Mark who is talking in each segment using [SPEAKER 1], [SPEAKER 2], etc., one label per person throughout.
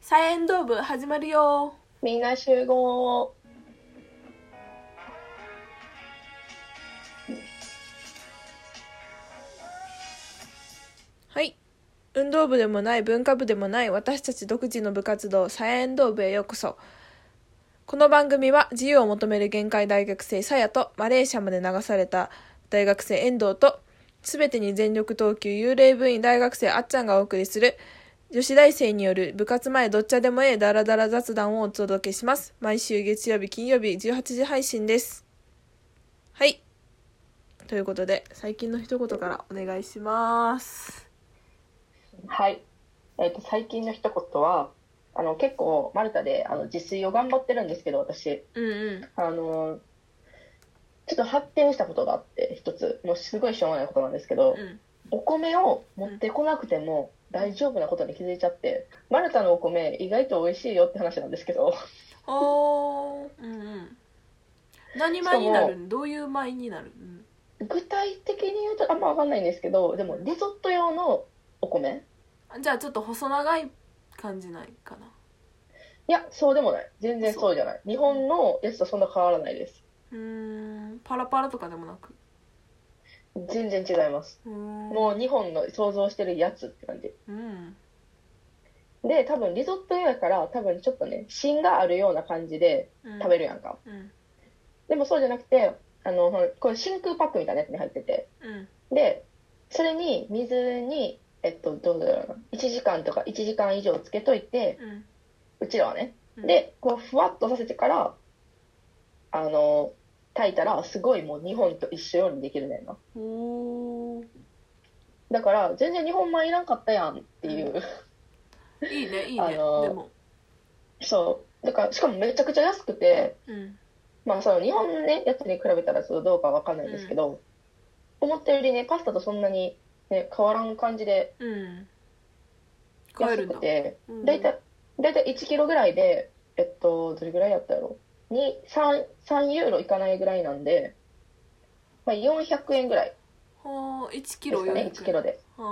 [SPEAKER 1] サイエンドー部始まるよ
[SPEAKER 2] みんな集合。
[SPEAKER 1] はい運動部でもない文化部でもない私たち独自の部活動サイエンドー部へようこそこの番組は自由を求める限界大学生さやとマレーシアまで流された大学生遠藤と全てに全力投球幽霊部員大学生あっちゃんがお送りする女子大生による部活前どっちゃでもええダラダラ雑談をお届けします毎週月曜日金曜日18時配信ですはいということで最近の一言からお願いします
[SPEAKER 2] はい。えっ、と、最近の一言は、あの、結構、マルタで、あの、自炊を頑張ってるんですけど、私、
[SPEAKER 1] うんうん
[SPEAKER 2] あの、ちょっと発展したことがあって、一つ、もうすごいしょうもないことなんですけ
[SPEAKER 1] う
[SPEAKER 2] ど、
[SPEAKER 1] ん
[SPEAKER 2] お米を持ってこなくても大丈夫なことに気づいちゃって、マルタのお米、意外と美味しいよって話なんですけど、
[SPEAKER 1] おーうんうん何前になるんどういう前になるうん
[SPEAKER 2] 具体的に言うとあんま分かんないんですけど、でも、リゾット用のお米
[SPEAKER 1] あじゃあちょっと細長い感じないかない
[SPEAKER 2] や、そうでもない。全然そうじゃない。日本のやつとそんな変わらないです。
[SPEAKER 1] うーんパラパラとかでもなく
[SPEAKER 2] 全然違います。
[SPEAKER 1] うーん
[SPEAKER 2] もう日本の想像してるやつって感じ。
[SPEAKER 1] うん
[SPEAKER 2] で、多分リゾット用やから、多分ちょっとね、芯があるような感じで食べ
[SPEAKER 1] る
[SPEAKER 2] るやんか。
[SPEAKER 1] うん
[SPEAKER 2] でもそうじゃなくて、あの、ほんこれ真空パックみたいなやつに入ってて。
[SPEAKER 1] うん
[SPEAKER 2] で、それに水に、えっと、どうだろうな。1時間とか1時間以上つけといて、
[SPEAKER 1] うん
[SPEAKER 2] うちらはね。
[SPEAKER 1] うん
[SPEAKER 2] で、こう、ふわっとさせてから、あの、炊いたら、すごいもう日本と一緒ようにできるねんな。
[SPEAKER 1] おー
[SPEAKER 2] だから全然日本米いらんかったやんっていう、
[SPEAKER 1] いいねいい
[SPEAKER 2] あ
[SPEAKER 1] ねで
[SPEAKER 2] のー
[SPEAKER 1] も
[SPEAKER 2] そうだからしかもめちゃくちゃ安くて
[SPEAKER 1] うん
[SPEAKER 2] まあその日本のねやつに比べたらちょっとどうかわかんないですけど、思ったよりねパスタとそんなに、ね、変わらん感じで
[SPEAKER 1] うん買え
[SPEAKER 2] 安
[SPEAKER 1] るん
[SPEAKER 2] く
[SPEAKER 1] だ
[SPEAKER 2] て
[SPEAKER 1] うん
[SPEAKER 2] 大体大体1キロぐらいでえっとどれぐらいやったやろに 3, 3ユーロいかないぐらいなんで、まあ、400円ぐらい
[SPEAKER 1] はあ1キ
[SPEAKER 2] で
[SPEAKER 1] ロ
[SPEAKER 2] すかね
[SPEAKER 1] 400
[SPEAKER 2] 1キロで
[SPEAKER 1] は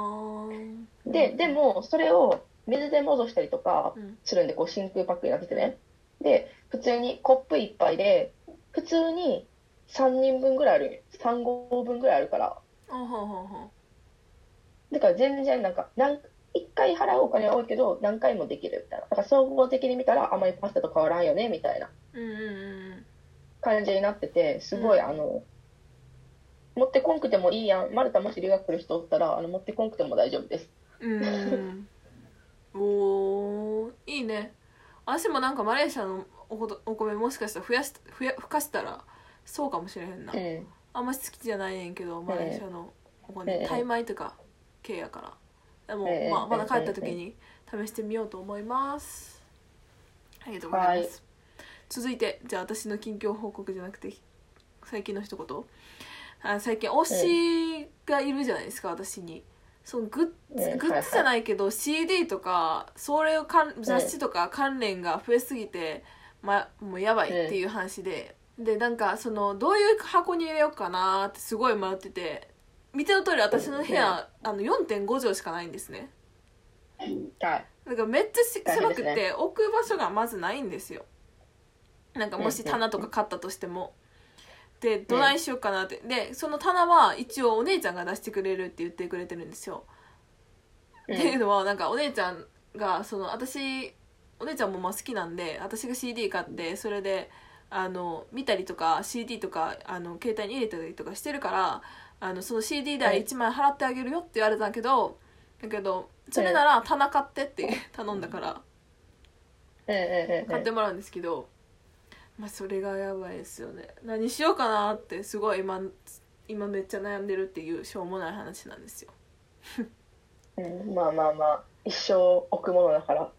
[SPEAKER 1] ー
[SPEAKER 2] ででもそれを水で戻したりとか、
[SPEAKER 1] うん
[SPEAKER 2] するんで、こう真空パックになっててね。で、普通にコップ一杯で、普通に3人分ぐらいある、3合分ぐらいあるから。
[SPEAKER 1] あはあはあはあ
[SPEAKER 2] だから全然なんか、なん1回払うお金は多いけど、何回もできるみたいな。だから総合的に見たらあまりパスタと変わらんよね、みたいな
[SPEAKER 1] うんうんうんうん
[SPEAKER 2] 感じになってて、すごい、
[SPEAKER 1] うん
[SPEAKER 2] あの、持ってこんくてもいいやん。マルタもし留学来る人おったら、あの、持ってこんくても大丈夫です。
[SPEAKER 1] うーんおーいいね私もなんかマレーシアのおことお米もしかしたら増やし増やふかしたらそうかもしれへんな、
[SPEAKER 2] うん。
[SPEAKER 1] あんまり好きじゃないねんけどマレーシアのお
[SPEAKER 2] え
[SPEAKER 1] 米
[SPEAKER 2] え
[SPEAKER 1] タイ米とか系やからでも、
[SPEAKER 2] ええ
[SPEAKER 1] まあ、まだ帰った時に試してみようと思いますありがとうございます、続いてじゃあ私の近況報告じゃなくて最近の一言あ最近推しがいるじゃないですか私にそのグッズ、
[SPEAKER 2] ええ
[SPEAKER 1] グッズじゃないけど CD とかそれをかん雑誌とか関連が増えすぎて、ま、もうやばいっていう話で、でなんかそのどういう箱に入れようかなってすごい迷ってて見ての通り私の部屋、あの4.5畳しかないんですね
[SPEAKER 2] はい。
[SPEAKER 1] なんかめっちゃし
[SPEAKER 2] 大
[SPEAKER 1] 狭
[SPEAKER 2] 変で
[SPEAKER 1] くて、
[SPEAKER 2] すね
[SPEAKER 1] 置く場所がまずないんですよなんかも
[SPEAKER 2] う
[SPEAKER 1] し
[SPEAKER 2] んうん
[SPEAKER 1] 棚とか買ったとしても、でどないしようかなって、でその棚は一応お姉ちゃんが出してくれるって言ってくれてるんですよ、
[SPEAKER 2] うん
[SPEAKER 1] っていうのはなんかお姉ちゃんがその私お姉ちゃんもまあ好きなんで私が CD 買ってそれであの見たりとか CD とかあの携帯に入れたりとかしてるからあのその CD 代1枚払ってあげるよって言われたんだけどだけどそれなら棚買ってって頼んだから
[SPEAKER 2] うんうんうん
[SPEAKER 1] 買
[SPEAKER 2] う
[SPEAKER 1] っ
[SPEAKER 2] ん
[SPEAKER 1] てもらうんですけど、まあ、それがやばいですよね何しようかなってすごい今今めっちゃ悩んでるっていうしょうもない話なんですよ
[SPEAKER 2] うん。まあまあまあ、一生置くものだから。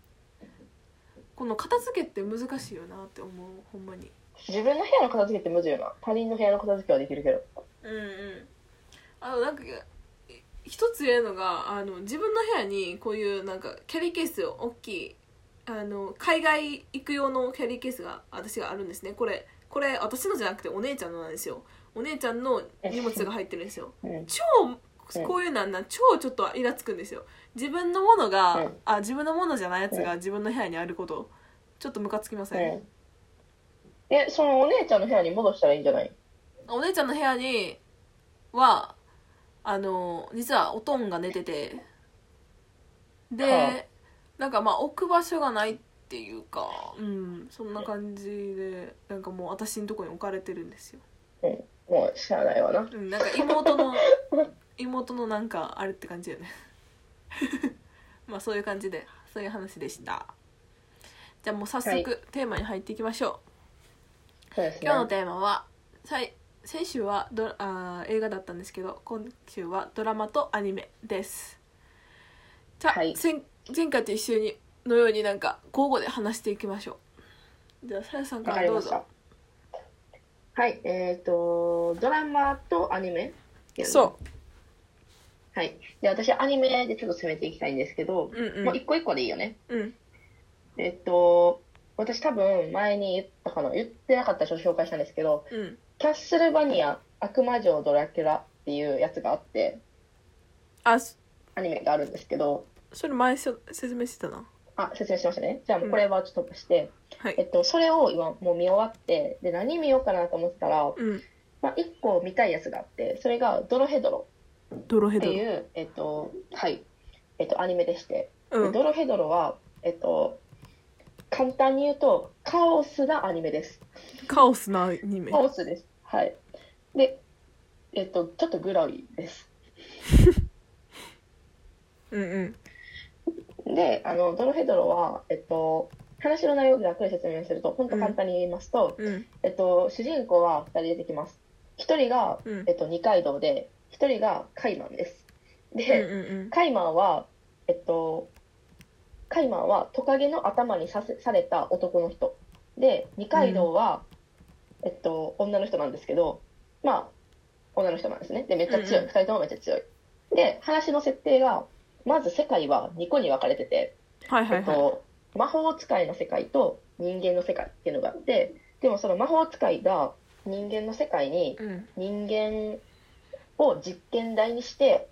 [SPEAKER 1] この片付けって難しいよなって思うほんまに
[SPEAKER 2] 自分の部屋の片付けってむずいよな他人の部屋の片付けはできるけど
[SPEAKER 1] うんうんあのなんかえ一つ言えるのがあの自分の部屋にこういうなんかキャリーケースを大きいあの海外行く用のキャリーケースが私があるんですねこれこれ私のじゃなくてお姉ちゃんのなんですよお姉ちゃんの荷物が入ってるんですよ
[SPEAKER 2] うん
[SPEAKER 1] 超
[SPEAKER 2] うん
[SPEAKER 1] こういうのはな超ちょっとイラつくんですよ自分のものが、
[SPEAKER 2] うん
[SPEAKER 1] あ自分のものじゃないやつ
[SPEAKER 2] う
[SPEAKER 1] が自分の部屋にあることちょっとムカつきません、
[SPEAKER 2] うんえそのお姉ちゃんの部屋に戻したらいいんじゃない
[SPEAKER 1] お姉ちゃんの部屋にはあの実はおとんが寝ててで、
[SPEAKER 2] はあ
[SPEAKER 1] なんかまあ置く場所がないっていうかうんそんな感じでなんかもう私のとこに置かれてるんですよ、
[SPEAKER 2] うんもうしゃあないわな
[SPEAKER 1] うん、なんか妹 の妹のなんかあれって感じよね まあそういう感じでそういう話でしたじゃあもう早速、
[SPEAKER 2] はい
[SPEAKER 1] テーマに入っていきましょう
[SPEAKER 2] そうですね
[SPEAKER 1] 今日のテーマはさい先週はドラあー映画だったんですけど今週はドラマとアニメですじゃあ、
[SPEAKER 2] はい
[SPEAKER 1] 前前回と一緒にのようになんか交互で話していきましょうじゃあさやさんか
[SPEAKER 2] わからり
[SPEAKER 1] ど
[SPEAKER 2] ま
[SPEAKER 1] う
[SPEAKER 2] し
[SPEAKER 1] ぞ
[SPEAKER 2] たはいえっ、とドラマとアニメ
[SPEAKER 1] そう
[SPEAKER 2] はいで私アニメでちょっと攻めていきたいんですけど、
[SPEAKER 1] ううん
[SPEAKER 2] も
[SPEAKER 1] う
[SPEAKER 2] うん一個一個でいいよね
[SPEAKER 1] うん
[SPEAKER 2] えっ、と私多分前に言ったかな言ってなかった人紹介したんですけど
[SPEAKER 1] うん
[SPEAKER 2] キャッスルバニア悪魔城ドラキュラっていうやつがあって
[SPEAKER 1] あそ
[SPEAKER 2] アニメがあるんですけど
[SPEAKER 1] それ前せ説明してたな
[SPEAKER 2] あ説明しましたねじゃあもうこれはちょっと飛ばして、
[SPEAKER 1] はい
[SPEAKER 2] えっと、それを今もう見終わってで何見ようかなと思ってたら、
[SPEAKER 1] うん
[SPEAKER 2] まあ、1個見たいやつがあってそれが「ドロヘドロ」
[SPEAKER 1] ドロヘ
[SPEAKER 2] って
[SPEAKER 1] ドロ
[SPEAKER 2] いう、えっとはいえっと、アニメでして、
[SPEAKER 1] うん
[SPEAKER 2] でドロヘドロは、えっと、簡単に言うとカオスなアニメです
[SPEAKER 1] カオスなアニメ
[SPEAKER 2] カオスですはいでえっとちょっとグロいです
[SPEAKER 1] うんうん
[SPEAKER 2] であのドロヘドロは、えっと、話の内容をざっくり説明すると本当簡単に言いますと、
[SPEAKER 1] うん
[SPEAKER 2] えっと、主人公は2人出てきます1人が、
[SPEAKER 1] うん
[SPEAKER 2] えっと、二階堂で1人がカイマンです
[SPEAKER 1] うん
[SPEAKER 2] で、
[SPEAKER 1] うん
[SPEAKER 2] カイマンはえっとカイマンはトカゲの頭にさせされた男の人で二階堂は、えっと、女の人なんですけどまあ女の人なんですねでめっちゃ強
[SPEAKER 1] う
[SPEAKER 2] い、
[SPEAKER 1] んう
[SPEAKER 2] 二
[SPEAKER 1] ん
[SPEAKER 2] 人ともめっちゃ強いで話の設定がまず世界は2個に分かれてて、
[SPEAKER 1] はいは
[SPEAKER 2] え
[SPEAKER 1] い
[SPEAKER 2] っ
[SPEAKER 1] はい
[SPEAKER 2] と、魔法使いの世界と人間の世界っていうのがあってでもその魔法使いが人間の世界に
[SPEAKER 1] うん
[SPEAKER 2] 人間を実験台にして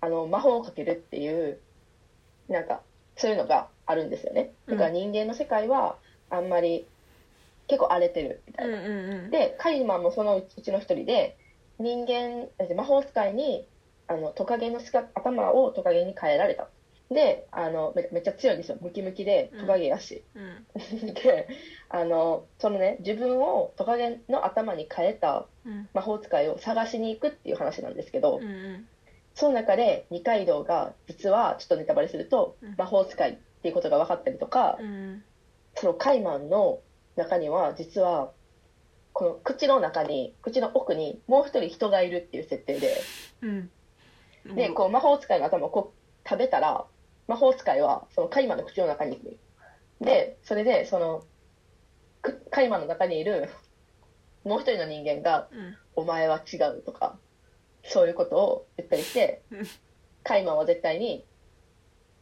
[SPEAKER 2] あの魔法をかけるっていうなんかそういうのがあるんですよねだから
[SPEAKER 1] う
[SPEAKER 2] 人間の世界はあんまり結構荒れてるみた
[SPEAKER 1] う
[SPEAKER 2] い
[SPEAKER 1] ん
[SPEAKER 2] な、
[SPEAKER 1] うん
[SPEAKER 2] でカイマンもそのうちの一人で人間え魔法使いにあのトカゲのしか頭をトカゲに変えられたであのめめっちゃ強いんですよムキムキでトカゲやし、
[SPEAKER 1] うんうん
[SPEAKER 2] であのそのね自分をトカゲの頭に変えた
[SPEAKER 1] うん
[SPEAKER 2] 魔法使いを探しに行くっていう話なんですけど、
[SPEAKER 1] うんうん
[SPEAKER 2] その中で二階堂が実はちょっとネタバレすると
[SPEAKER 1] うん
[SPEAKER 2] 魔法使いっていうことが分かったりとか、
[SPEAKER 1] うん
[SPEAKER 2] そのカイマンの中には実はこの口の中に口の奥にもう一人人がいるっていう設定で
[SPEAKER 1] うん
[SPEAKER 2] でこう魔法使いの頭をこう食べたら魔法使いはそのカイマンの口の中に行くでそれでそのくカイマンの中にいるもう一人の人間が
[SPEAKER 1] うん
[SPEAKER 2] 「お前は違う」とかそういうことを言ったりして
[SPEAKER 1] うん
[SPEAKER 2] カイマンは絶対に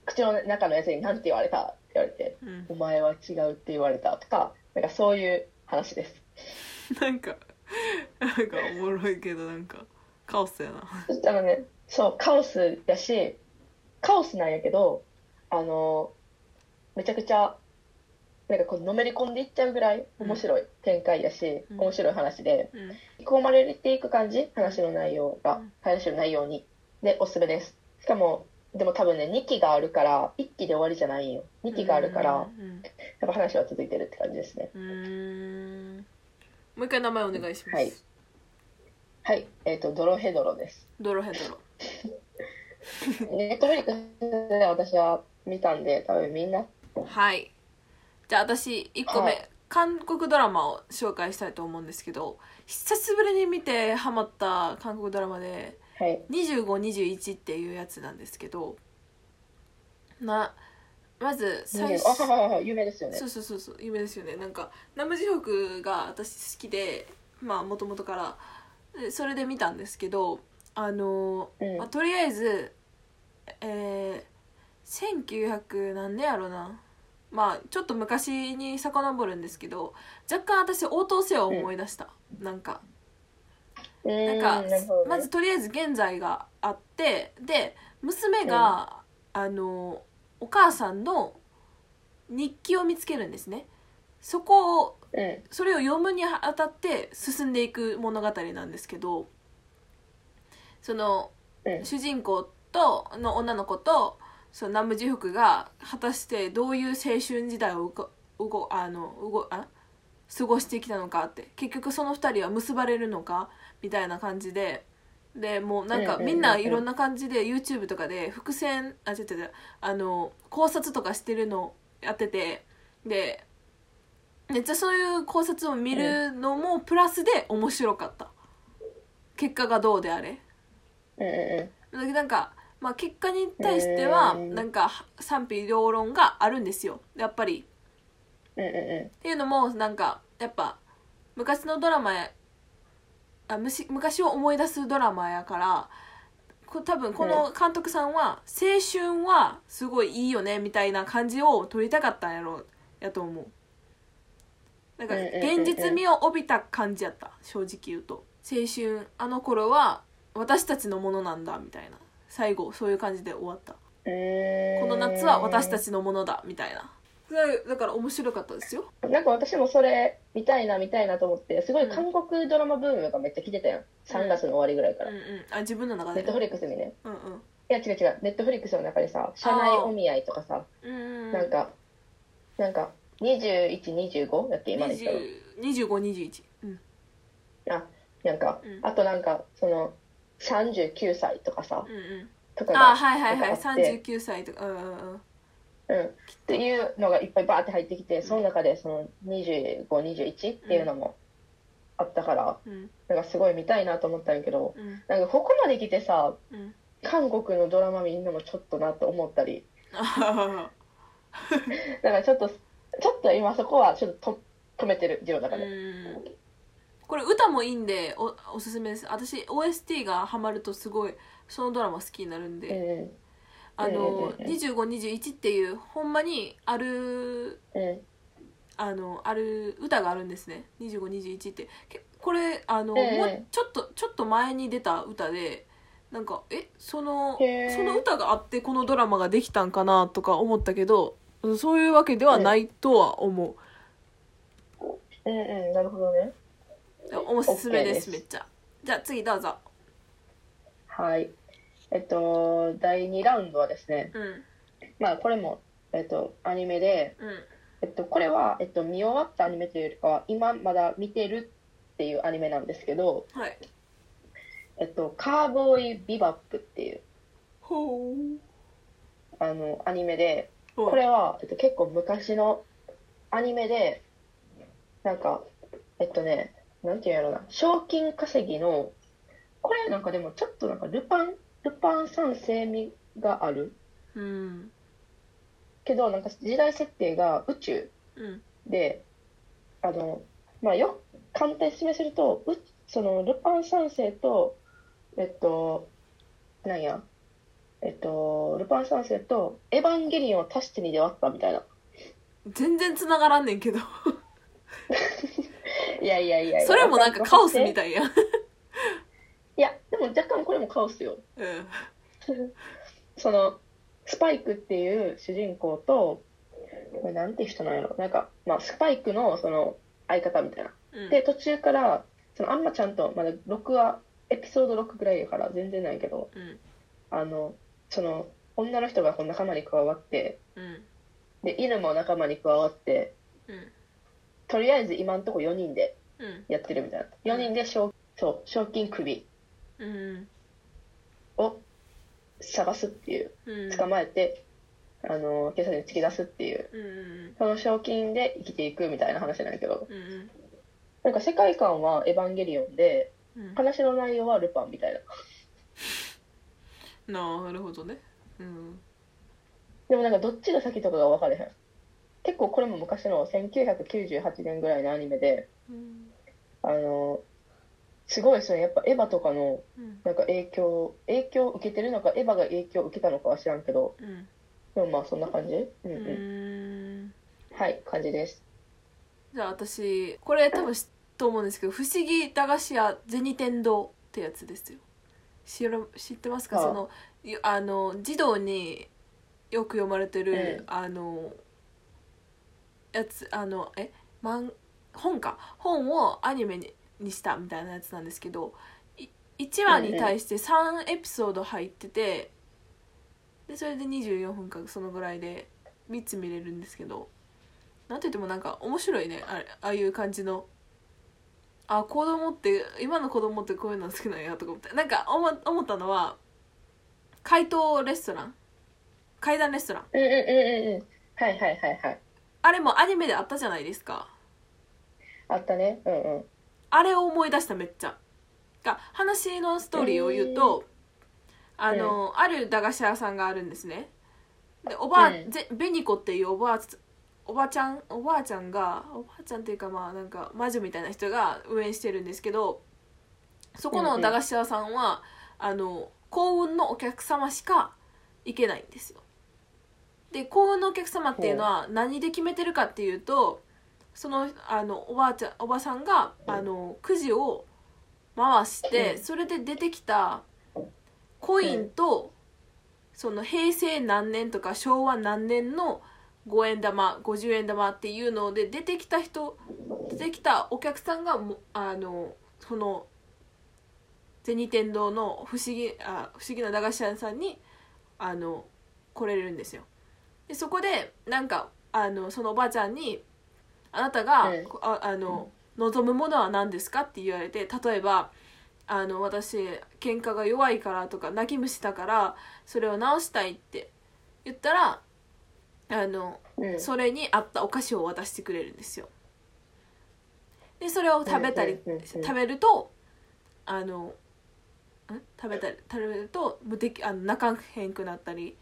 [SPEAKER 2] 口の中のやつに「なんて言われた?」って言われて
[SPEAKER 1] うん
[SPEAKER 2] 「お前は違う」って言われたとかなんかそういう話です
[SPEAKER 1] なんかなんかおもろいけどなんかカオスやな
[SPEAKER 2] そしたらねそうカオスやしカオスなんやけどあのめちゃくちゃなんかこうのめり込んでいっちゃうぐらい面白い展開やし、
[SPEAKER 1] うん
[SPEAKER 2] 面白い話で
[SPEAKER 1] うん
[SPEAKER 2] 引き込まれていく感じ話の内容
[SPEAKER 1] う
[SPEAKER 2] が
[SPEAKER 1] ん
[SPEAKER 2] 話の内容にでおすすめですしかもでも多分ね2期があるから1期で終わりじゃないんよ2期があるからやっ
[SPEAKER 1] うん
[SPEAKER 2] ぱ話は続いてるって感じですね
[SPEAKER 1] うーんもう一回名前お願いします、
[SPEAKER 2] はいはいえっ、とドロヘドロです
[SPEAKER 1] ドロヘドロ
[SPEAKER 2] ネットフリックスで私は見たんで多分みんな
[SPEAKER 1] はいじゃあ私1個目、
[SPEAKER 2] はい
[SPEAKER 1] 韓国ドラマを紹介したいと思うんですけど久しぶりに見てハマった韓国ドラマで
[SPEAKER 2] はい
[SPEAKER 1] 2521っていうやつなんですけどなまず最
[SPEAKER 2] 20
[SPEAKER 1] 初
[SPEAKER 2] あはいはいはい有名ですよね
[SPEAKER 1] そうそうそうそう夢ですよねなんかナムジホクが私好きでまあもともとからでそれで見たんですけどあの、
[SPEAKER 2] うん
[SPEAKER 1] まあ、とりあえずえー、1900何年やろなまあちょっと昔に遡るんですけど若干私応答せを思い出した、なんか
[SPEAKER 2] うー
[SPEAKER 1] なんか、
[SPEAKER 2] んなるほどね
[SPEAKER 1] まずとりあえず現在があってで娘が、あのお母さんの日記を見つけるんですねそこを
[SPEAKER 2] うん
[SPEAKER 1] それを読むにあたって進んでいく物語なんですけどその
[SPEAKER 2] うん
[SPEAKER 1] 主人公との女の子とその南無地福が果たしてどういう青春時代をうこうごあのうごあ過ごしてきたのかって結局その2人は結ばれるのかみたいな感じででもうなんか
[SPEAKER 2] うんうんうんうん
[SPEAKER 1] みんないろんな感じで YouTube とかで伏線あ違う違う違うあの考察とかしてるのやっててでめっちゃそういう考察を見るのもプラスで面白かった結果がどうであれ
[SPEAKER 2] うんう
[SPEAKER 1] なんか、まあ、結果に対しては
[SPEAKER 2] うん
[SPEAKER 1] なんか賛否両論があるんですよやっぱり
[SPEAKER 2] んうんう
[SPEAKER 1] っていうのもなんかやっぱ昔のドラマやあむし昔を思い出すドラマやからこ多分この監督さんは青春はすごいいいよねみたいな感じを撮りたかったんやろやと思うなんか
[SPEAKER 2] うんうんうんうん
[SPEAKER 1] 現実味を帯びた感じやった正直言うと青春あの頃は私たちのものなんだみたいな最後そういう感じで終わった
[SPEAKER 2] んうん
[SPEAKER 1] この夏は私たちのものだみたいなだから面白かったですよ
[SPEAKER 2] なんか私もそれ見たいな見たいなと思ってすごい韓国ドラマブームがめっちゃ来てたやん3月の終わりぐらいか
[SPEAKER 1] うん
[SPEAKER 2] ら、
[SPEAKER 1] うんあ自分の中で
[SPEAKER 2] ネットフリックスにね
[SPEAKER 1] うんうん
[SPEAKER 2] いや違う違うネットフリックスの中でさ社内お見合いとかさ
[SPEAKER 1] うん
[SPEAKER 2] なんかなんか2125だっけ今でしたの
[SPEAKER 1] 2521うん
[SPEAKER 2] あなんか、
[SPEAKER 1] うん
[SPEAKER 2] あとなんかその39歳とかさ
[SPEAKER 1] うんうん
[SPEAKER 2] とかが
[SPEAKER 1] あはいはいはい
[SPEAKER 2] なんかあって
[SPEAKER 1] 39歳とかうんうんうん
[SPEAKER 2] うん、っていうのがいっぱいバーって入ってきてその中でその2521っていうのもあったから、
[SPEAKER 1] うん
[SPEAKER 2] なんかすごい見たいなと思ったんやけど
[SPEAKER 1] うん
[SPEAKER 2] なんかここまで来てさ
[SPEAKER 1] うん
[SPEAKER 2] 韓国のドラマ見んのもちょっとなと思ったり
[SPEAKER 1] あははは
[SPEAKER 2] だからちょっとちょっと今そこはちょっとと止めてる自分の中
[SPEAKER 1] う
[SPEAKER 2] で、
[SPEAKER 1] んこれ歌もいいんでおおすすめです私 OST がハマるとすごいそのドラマ好きになるん
[SPEAKER 2] うん
[SPEAKER 1] で、
[SPEAKER 2] う
[SPEAKER 1] あの
[SPEAKER 2] うん
[SPEAKER 1] 2521っていうほんまにある
[SPEAKER 2] んうん
[SPEAKER 1] あのある歌があるんですね2521ってけこれあの、
[SPEAKER 2] ええ
[SPEAKER 1] もうちょっとちょっと前に出た歌でなんかえその
[SPEAKER 2] へえ
[SPEAKER 1] その歌があってこのドラマができたんかなとか思ったけどそういうわけではないとは思
[SPEAKER 2] うんうんなるほどね
[SPEAKER 1] う、おすすめです
[SPEAKER 2] OK です
[SPEAKER 1] めっちゃじゃあ次どうぞ
[SPEAKER 2] はいえっと第2ラウンドはですね
[SPEAKER 1] うん
[SPEAKER 2] まあこれもえっとアニメで
[SPEAKER 1] うん
[SPEAKER 2] えっと、これは、えっと、見終わったアニメというよりかは今まだ見てるっていうアニメなんですけど
[SPEAKER 1] はい
[SPEAKER 2] 「えっと、カーボーイビバップ」っていう
[SPEAKER 1] ほ
[SPEAKER 2] あのアニメで
[SPEAKER 1] う
[SPEAKER 2] これは、えっと、結構昔のアニメでなんかえっとねなんていうんやろな賞金稼ぎのこれなんかでもちょっとなんかルパンルパン三世味がある
[SPEAKER 1] うん
[SPEAKER 2] けどなんか時代設定が宇宙
[SPEAKER 1] うん
[SPEAKER 2] であのまあよ簡単に説明するとうそのルパン三世とえっとなんやえっとルパン三世とエヴァンゲリオンを足して2で割ったみたいな
[SPEAKER 1] 全然繋がらんねんけど
[SPEAKER 2] いやいやいやいや
[SPEAKER 1] それもなんかカオスみ
[SPEAKER 2] い
[SPEAKER 1] たいやん
[SPEAKER 2] いやでも若干これもカオスよ
[SPEAKER 1] うん
[SPEAKER 2] そのスパイクっていう主人公とこれなんて人なんやろなんか、まあ、スパイクのその相方みたいな
[SPEAKER 1] うん
[SPEAKER 2] で途中からそのあんまちゃんとまだ6話エピソード6ぐらいやから全然ないけど
[SPEAKER 1] うん
[SPEAKER 2] あのその女の人がこう仲間に加わって
[SPEAKER 1] うん
[SPEAKER 2] で犬も仲間に加わって
[SPEAKER 1] うん
[SPEAKER 2] とりあえず今んとこ4人で
[SPEAKER 1] うん
[SPEAKER 2] やってるみたいな4人で賞そう賞金首
[SPEAKER 1] うん
[SPEAKER 2] を探すっていう
[SPEAKER 1] うん
[SPEAKER 2] 捕まえて、あの警察に突き出すっていう
[SPEAKER 1] うんうん
[SPEAKER 2] その賞金で生きていくみたいな話なんだけど
[SPEAKER 1] うんうん
[SPEAKER 2] なんか世界観は「エヴァンゲリオンで」
[SPEAKER 1] うん
[SPEAKER 2] 話の内容は「ルパン」みたいな
[SPEAKER 1] なるほどねうん
[SPEAKER 2] でもなんかどっちが先とかが分かれへん結構これも昔の1998年ぐらいのアニメで
[SPEAKER 1] うん
[SPEAKER 2] あのすごいですねやっぱエヴァとかの
[SPEAKER 1] うん
[SPEAKER 2] なんか影響影響を受けてるのかエヴァが影響を受けたのかは知らんけど
[SPEAKER 1] うん
[SPEAKER 2] でもまあそんな感じうんう、
[SPEAKER 1] うんーん
[SPEAKER 2] はい感じです
[SPEAKER 1] じゃあ私これ多分知っと思うんですけど「不思議駄菓子屋銭天堂」ってやつですよ知ら知ってますか
[SPEAKER 2] ああ
[SPEAKER 1] そのゆあの児童によく読まれてる
[SPEAKER 2] え、え
[SPEAKER 1] あのやつあのえ漫本か本をアニメににしたみたいなやつなんですけど1話に対して3エピソード入っててでそれで24分かそのぐらいで3つ見れるんですけどなんといってもなんか面白いねあれああいう感じのあ子供って今の子供ってこういうの好きなんやとか思ってなんか思思ったのは怪盗レストラン怪談レストラン
[SPEAKER 2] うんうんうんうんうんはいはいはいはい
[SPEAKER 1] あれもアニメであったじゃないですか
[SPEAKER 2] あったねうんうん
[SPEAKER 1] あれを思い出しためっちゃが話のストーリーを言うと、あの、ある駄菓子屋さんがあるんですねでおばあ、
[SPEAKER 2] うん
[SPEAKER 1] ぜベニコっていうおばあつおばちゃんおばあちゃんがおばあちゃんっていうかまあなんか魔女みたいな人が運営してるんですけどそこの駄菓子屋さんは、あの幸運のお客様しか行けないんですよで幸運のお客様っていうのは何で決めてるかっていうとそのあのおばあちゃんおばさんがあのくじを回して
[SPEAKER 2] うん
[SPEAKER 1] それで出てきたコインとその平成何年とか昭和何年の5円玉50円玉っていうので出てきた人出てきたお客さんがもあのその銭天堂の不思議あ不思議な駄菓子屋さんにあの来れるんですよでそこでなんかあのそのおばあちゃんに「あなたが、
[SPEAKER 2] うん
[SPEAKER 1] こああの望むものは何ですか?」って言われて例えば「あの私喧嘩が弱いから」とか「泣き虫だからそれを直したい」って言ったらあの
[SPEAKER 2] うん
[SPEAKER 1] それに合ったお菓子を渡してくれるんですよでそれを食べたり
[SPEAKER 2] うんうんうんうん
[SPEAKER 1] 食べるとあのん食べたり食べると無敵あの泣かへんくなったり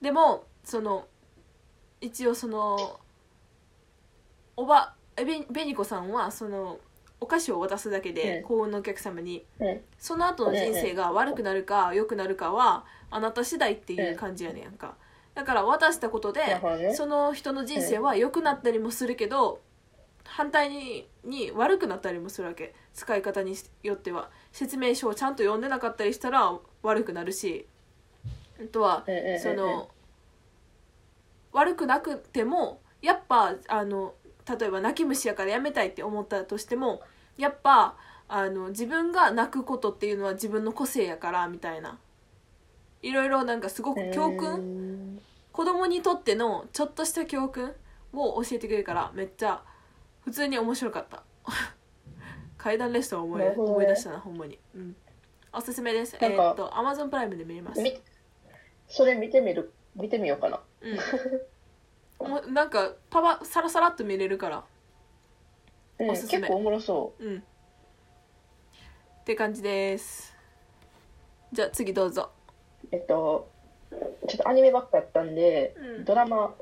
[SPEAKER 1] でもその一応そのおばえべベニコさんはそのお菓子を渡すだけで
[SPEAKER 2] うん
[SPEAKER 1] 幸運のお客様に
[SPEAKER 2] うん
[SPEAKER 1] その後の人生が悪くなるか良くなるかはあなた次第っていう感じやねやんかだから渡したことで
[SPEAKER 2] なるほどね
[SPEAKER 1] その人の人生は良くなったりもするけど反対にに悪くなったりもするわけ使い方によっては説明書をちゃんと読んでなかったりしたら悪くなるしあとは
[SPEAKER 2] うんうんうんうん
[SPEAKER 1] その悪くなくてもやっぱあの例えば泣き虫やからやめたいって思ったとしてもやっぱあの自分が泣くことっていうのは自分の個性やからみたいないろいろなんかすごく教訓
[SPEAKER 2] うん
[SPEAKER 1] 子供にとってのちょっとした教訓を教えてくれるからめっちゃ普通に面白かった 階段レストラン思い,、
[SPEAKER 2] なるほどね
[SPEAKER 1] 思い出したなほんまに、うん、おすすめですえ
[SPEAKER 2] なんか
[SPEAKER 1] ーっとアマゾンプライムで見れます
[SPEAKER 2] みそれ見てみる見てみようかな
[SPEAKER 1] うんもうなんかパワサラサラっと見れるから
[SPEAKER 2] うん
[SPEAKER 1] おすすめ
[SPEAKER 2] 結構おもろそ
[SPEAKER 1] うんって感じですじゃあ次どうぞ
[SPEAKER 2] うえっとちょっとアニメばっかやったんで、
[SPEAKER 1] うん
[SPEAKER 2] ドラマ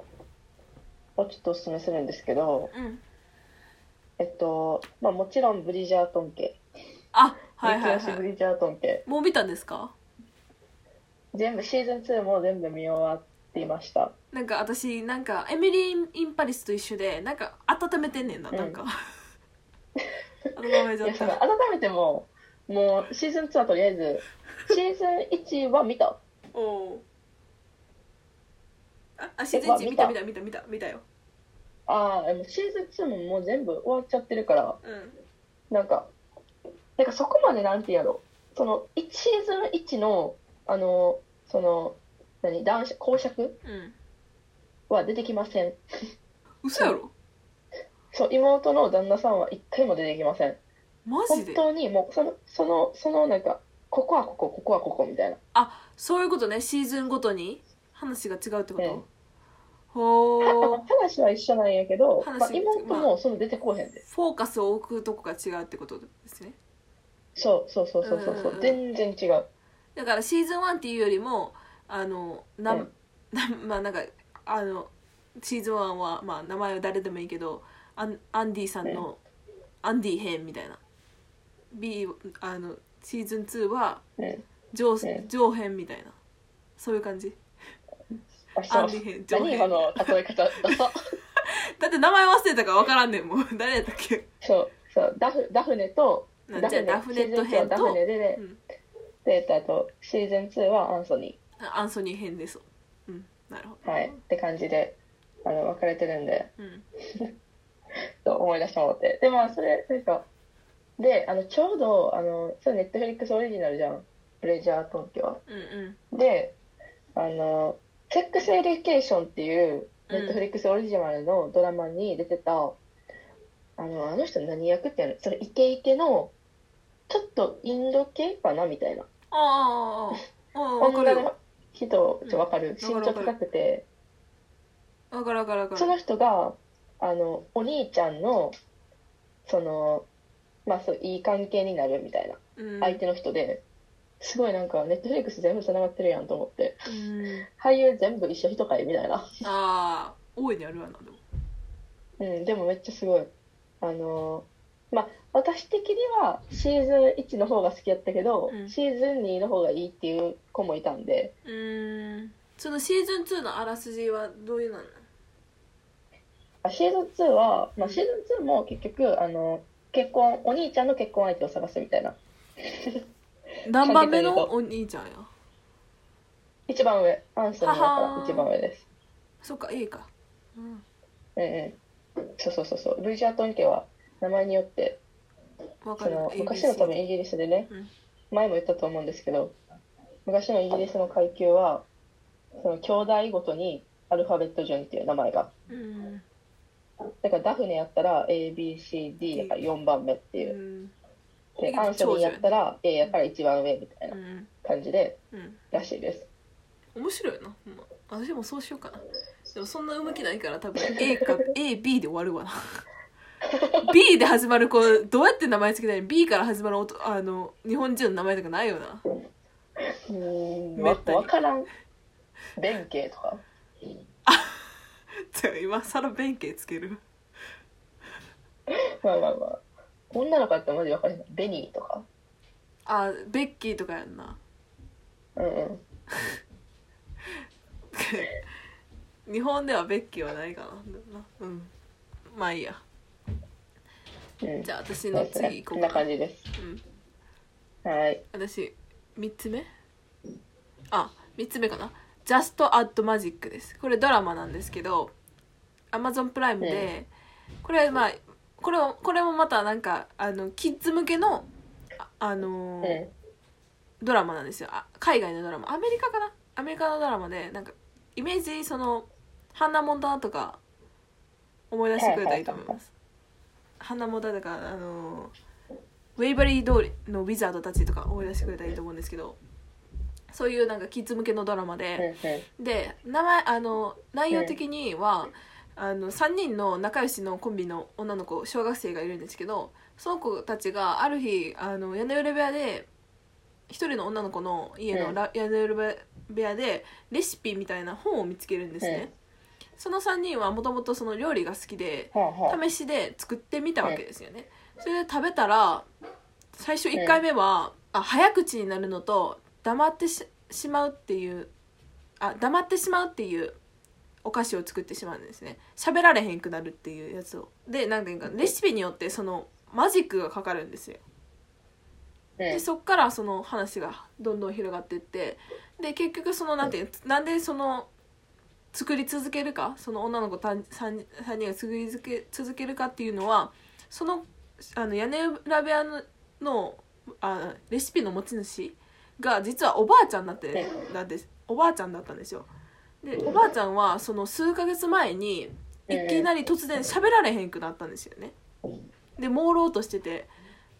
[SPEAKER 2] をちょっとおすすめするんですけど
[SPEAKER 1] うん
[SPEAKER 2] えっとまあもちろんブリジャートン家
[SPEAKER 1] あはいはい
[SPEAKER 2] 激推しブ
[SPEAKER 1] はい
[SPEAKER 2] リジャートン家
[SPEAKER 1] もう見たんですか
[SPEAKER 2] 全部シーズン2も全部見終わっていました
[SPEAKER 1] なんか私なんかエミリー・イン・パリスと一緒でなんか温めてんねんな、
[SPEAKER 2] うん
[SPEAKER 1] なんか温め
[SPEAKER 2] い
[SPEAKER 1] ちゃ
[SPEAKER 2] や
[SPEAKER 1] っ
[SPEAKER 2] その
[SPEAKER 1] た
[SPEAKER 2] 改めてももうシーズン2はとりあ えずシーズン1は見た
[SPEAKER 1] おおああ自然人見た見た見た見た見たよ
[SPEAKER 2] ああでもシーズン2ももう全部終わっちゃってるから
[SPEAKER 1] うん
[SPEAKER 2] なんかなんかそこまでなんて言うやろその1シーズン1のあのその何男子公爵
[SPEAKER 1] うん
[SPEAKER 2] は出てきません
[SPEAKER 1] 嘘やろ
[SPEAKER 2] そう妹の旦那さんは一回も出てきません
[SPEAKER 1] マジ
[SPEAKER 2] 本
[SPEAKER 1] で
[SPEAKER 2] 当にもうそのそのそのなんかここはここここはここみたいな
[SPEAKER 1] あそういうことねシーズンごとに話が違うってこと、
[SPEAKER 2] うん
[SPEAKER 1] ほー
[SPEAKER 2] 話は一緒なんやけど、
[SPEAKER 1] 話
[SPEAKER 2] まあ、妹
[SPEAKER 1] ま
[SPEAKER 2] もその出てこうへんで、
[SPEAKER 1] フォーカスを置くとこが違うってことですね
[SPEAKER 2] そうそうそうそうそうそう
[SPEAKER 1] うんうん
[SPEAKER 2] 全然違う
[SPEAKER 1] だからシーズン1っていうよりもあのな、
[SPEAKER 2] うん
[SPEAKER 1] なまあなんか あのシーズン1は、まあ、名前は誰でもいいけどアンアンディさんの、アンディ編みたいな B あのシーズン2は
[SPEAKER 2] うん
[SPEAKER 1] ジョ
[SPEAKER 2] う
[SPEAKER 1] ー
[SPEAKER 2] ん
[SPEAKER 1] ジョー編みたいなそういう感じ
[SPEAKER 2] あ
[SPEAKER 1] ア
[SPEAKER 2] そ
[SPEAKER 1] ン
[SPEAKER 2] う
[SPEAKER 1] ディ編ジョー
[SPEAKER 2] 何
[SPEAKER 1] 編
[SPEAKER 2] 今の例 え方ダサ
[SPEAKER 1] だって名前忘れたから分からんねんもう 誰やったっけ
[SPEAKER 2] そうそうダフダフネと
[SPEAKER 1] なんじゃあダフネット編と
[SPEAKER 2] ダフネで、ね
[SPEAKER 1] うん
[SPEAKER 2] で、えっと、あとシーズン2はアンソニ
[SPEAKER 1] あアンソニー編ですうんなるほ
[SPEAKER 2] ー、
[SPEAKER 1] ど
[SPEAKER 2] はい、って感じであの分かれてるんで
[SPEAKER 1] うん
[SPEAKER 2] と思い出してもらってでまあそれなんかであのちょうどあのそれネットフリックスオリジナルじゃんプレジャー東京は
[SPEAKER 1] うんうん
[SPEAKER 2] であの「セックスエデュケーション」っていうネットフリックスオリジナルのドラマに出てた、あのあの人何役ってやるそれイケイケのちょっとインド系かなみたいな
[SPEAKER 1] あーあーあー あーわか
[SPEAKER 2] 女
[SPEAKER 1] るよ
[SPEAKER 2] の人ちょわかる、
[SPEAKER 1] うんわか
[SPEAKER 2] 身
[SPEAKER 1] る
[SPEAKER 2] 長
[SPEAKER 1] わかる
[SPEAKER 2] 高くて
[SPEAKER 1] わかるわかるわか
[SPEAKER 2] そ
[SPEAKER 1] る
[SPEAKER 2] の人があのお兄ちゃんのそのまあそういい関係になるみたいな
[SPEAKER 1] うん
[SPEAKER 2] 相手の人で、すごいなんかネットフリックス全部つながってるやんと思って
[SPEAKER 1] うん
[SPEAKER 2] 俳優全部一緒一回みたいな
[SPEAKER 1] ああ大いにあるわなでも
[SPEAKER 2] うん、でもめっちゃすごい。あのーまあ、私的にはシーズン1の方が好きやったけど、
[SPEAKER 1] うん
[SPEAKER 2] シーズン2の方がいいっていう子もいたんで、
[SPEAKER 1] うーんそのシーズン2のあらすじはどういうなの
[SPEAKER 2] あシーズン2は、
[SPEAKER 1] う
[SPEAKER 2] まあ、
[SPEAKER 1] ん
[SPEAKER 2] シーズン2も結局、あの、結婚、お兄ちゃんの結婚相手を探すみたいな。
[SPEAKER 1] 何番目のお兄ちゃんや
[SPEAKER 2] 一番上、アンソニーだ
[SPEAKER 1] は
[SPEAKER 2] か
[SPEAKER 1] は
[SPEAKER 2] ら一番上です。
[SPEAKER 1] そっか A かうん
[SPEAKER 2] うんうん。そうそうそうそう。ルイジアトン家は名前によって、
[SPEAKER 1] わか
[SPEAKER 2] そ
[SPEAKER 1] る
[SPEAKER 2] の
[SPEAKER 1] ABC
[SPEAKER 2] 昔の多分イギリスでね、
[SPEAKER 1] うん
[SPEAKER 2] 前も言ったと思うんですけど昔のイギリスの階級はその兄弟ごとにアルファベット順っていう名前が
[SPEAKER 1] うん
[SPEAKER 2] だからダフネやったら ABCD やから4番目って
[SPEAKER 1] う
[SPEAKER 2] いう、
[SPEAKER 1] ん
[SPEAKER 2] でアンソニーやったら A やから一番上みたいな
[SPEAKER 1] うん
[SPEAKER 2] 感じで
[SPEAKER 1] うん
[SPEAKER 2] らしいです
[SPEAKER 1] 面白いな、ほんま私もそうしようかなでもそんなうまきないから多分 A か AB で終わるわな B で始まる子どうやって名前つけたいの B から始まるおとあの日本人の名前とかないよな
[SPEAKER 2] うーん
[SPEAKER 1] め
[SPEAKER 2] わ
[SPEAKER 1] ったに
[SPEAKER 2] 分からん弁慶とか
[SPEAKER 1] じゃあ今更弁慶つける
[SPEAKER 2] まあまあまあ女の子だってマジ分からへんベニーとか
[SPEAKER 1] あベッキーとかやんな
[SPEAKER 2] うんうん
[SPEAKER 1] 日本ではベッキーはないかなでもなうんまあいいや
[SPEAKER 2] うん
[SPEAKER 1] じゃあ私
[SPEAKER 2] そう
[SPEAKER 1] の
[SPEAKER 2] です
[SPEAKER 1] 次
[SPEAKER 2] ね
[SPEAKER 1] 行
[SPEAKER 2] こ
[SPEAKER 1] こ
[SPEAKER 2] ん
[SPEAKER 1] う
[SPEAKER 2] な
[SPEAKER 1] かな
[SPEAKER 2] 感じです
[SPEAKER 1] うん
[SPEAKER 2] はい
[SPEAKER 1] 私3つ目あ3つ目かな「Just at Magic」ですこれドラマなんですけど Amazon プライムで、これまあこれをこれもまたなんかあのキッズ向けのああのー
[SPEAKER 2] うん
[SPEAKER 1] ドラマなんですよあ海外のドラマアメリカかなアメリカのドラマでなんかイメージそのハンナ・モンタナとか思い出してくれたらいいと思いますハンナ・モンタナとかあのウェイバリー通りのウィザードたちとか思い出してくれたらいいと思うんですけどそういうなんかキッズ向けのドラマで、
[SPEAKER 2] うんうん
[SPEAKER 1] で名前あの内容的には、あの3人の仲良しのコンビの女の子小学生がいるんですけどその子たちがある日あの屋根裏部屋で一人の女の子の家のラ、屋根裏部屋でレシピみたいな本を見つけるんですね、その3人はもともとその料理が好きで
[SPEAKER 2] はあは
[SPEAKER 1] 試
[SPEAKER 2] あ
[SPEAKER 1] しで作ってみたわけですよね、それで食べたら最初1回目は、あ早口になるのと黙ってししまうっていうあ黙ってしまうっていうお菓子を作ってしまうんですね喋られへんくなるっていうやつをでなんていうかレシピによってそのマジックがかかるんですよ
[SPEAKER 2] うん
[SPEAKER 1] でそっからその話がどんどん広がっていってで結局そのなんていうなんでその作り続けるかその女の子 3, 三三人が作り続け続けるかっていうのはそのあの屋根裏部屋ののあレシピの持ち主が実はおばあちゃんだってなんですおばあちゃんだったんですよでおばあちゃんはその数ヶ月前にいきなり突然喋られへんくなったんですよねで朦朧としてて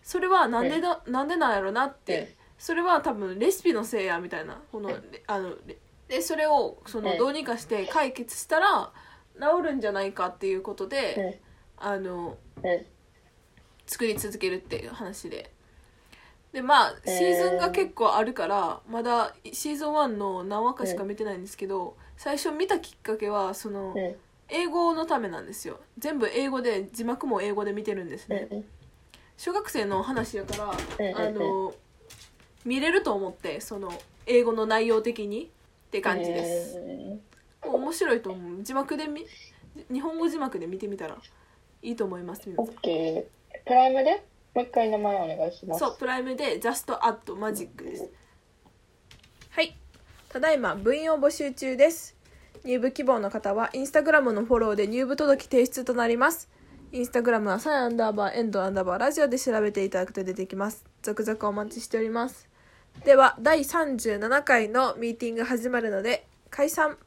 [SPEAKER 1] それはなんでだなんでなんやろなってそれは多分レシピのせいやみたいなこのレあのレでそれをその
[SPEAKER 2] うん
[SPEAKER 1] どうにかして解決したら治るんじゃないかっていうこと
[SPEAKER 2] うん
[SPEAKER 1] であの
[SPEAKER 2] うん
[SPEAKER 1] 作り続けるっていう話ででまあ
[SPEAKER 2] えー
[SPEAKER 1] シーズンが結構あるからまだシーズン1の何話かしか見てないんですけど最初見たきっかけはその
[SPEAKER 2] うん
[SPEAKER 1] 英語のためなんですよ全部英語で字幕も英語で見てるんですね
[SPEAKER 2] うん
[SPEAKER 1] 小学生の話やから
[SPEAKER 2] うん
[SPEAKER 1] あの見れると思ってその英語の内容的にって感じです。
[SPEAKER 2] うん
[SPEAKER 1] 面白いと思う字幕で見日本語字幕で見てみたらいいと思います皆
[SPEAKER 2] オ
[SPEAKER 1] さ
[SPEAKER 2] ッケー。プライムでもう一回名前お願いしま
[SPEAKER 1] ん
[SPEAKER 2] す。
[SPEAKER 1] そうプライムで「Just at Magic」ですただいま部員を募集中です入部希望の方はインスタグラムのフォローで入部届提出となりますインスタグラムはサイアンダーバーエンドアンダーバーラジオで調べていただくと出てきます続々お待ちしておりますでは第37回のミーティング始まるので解散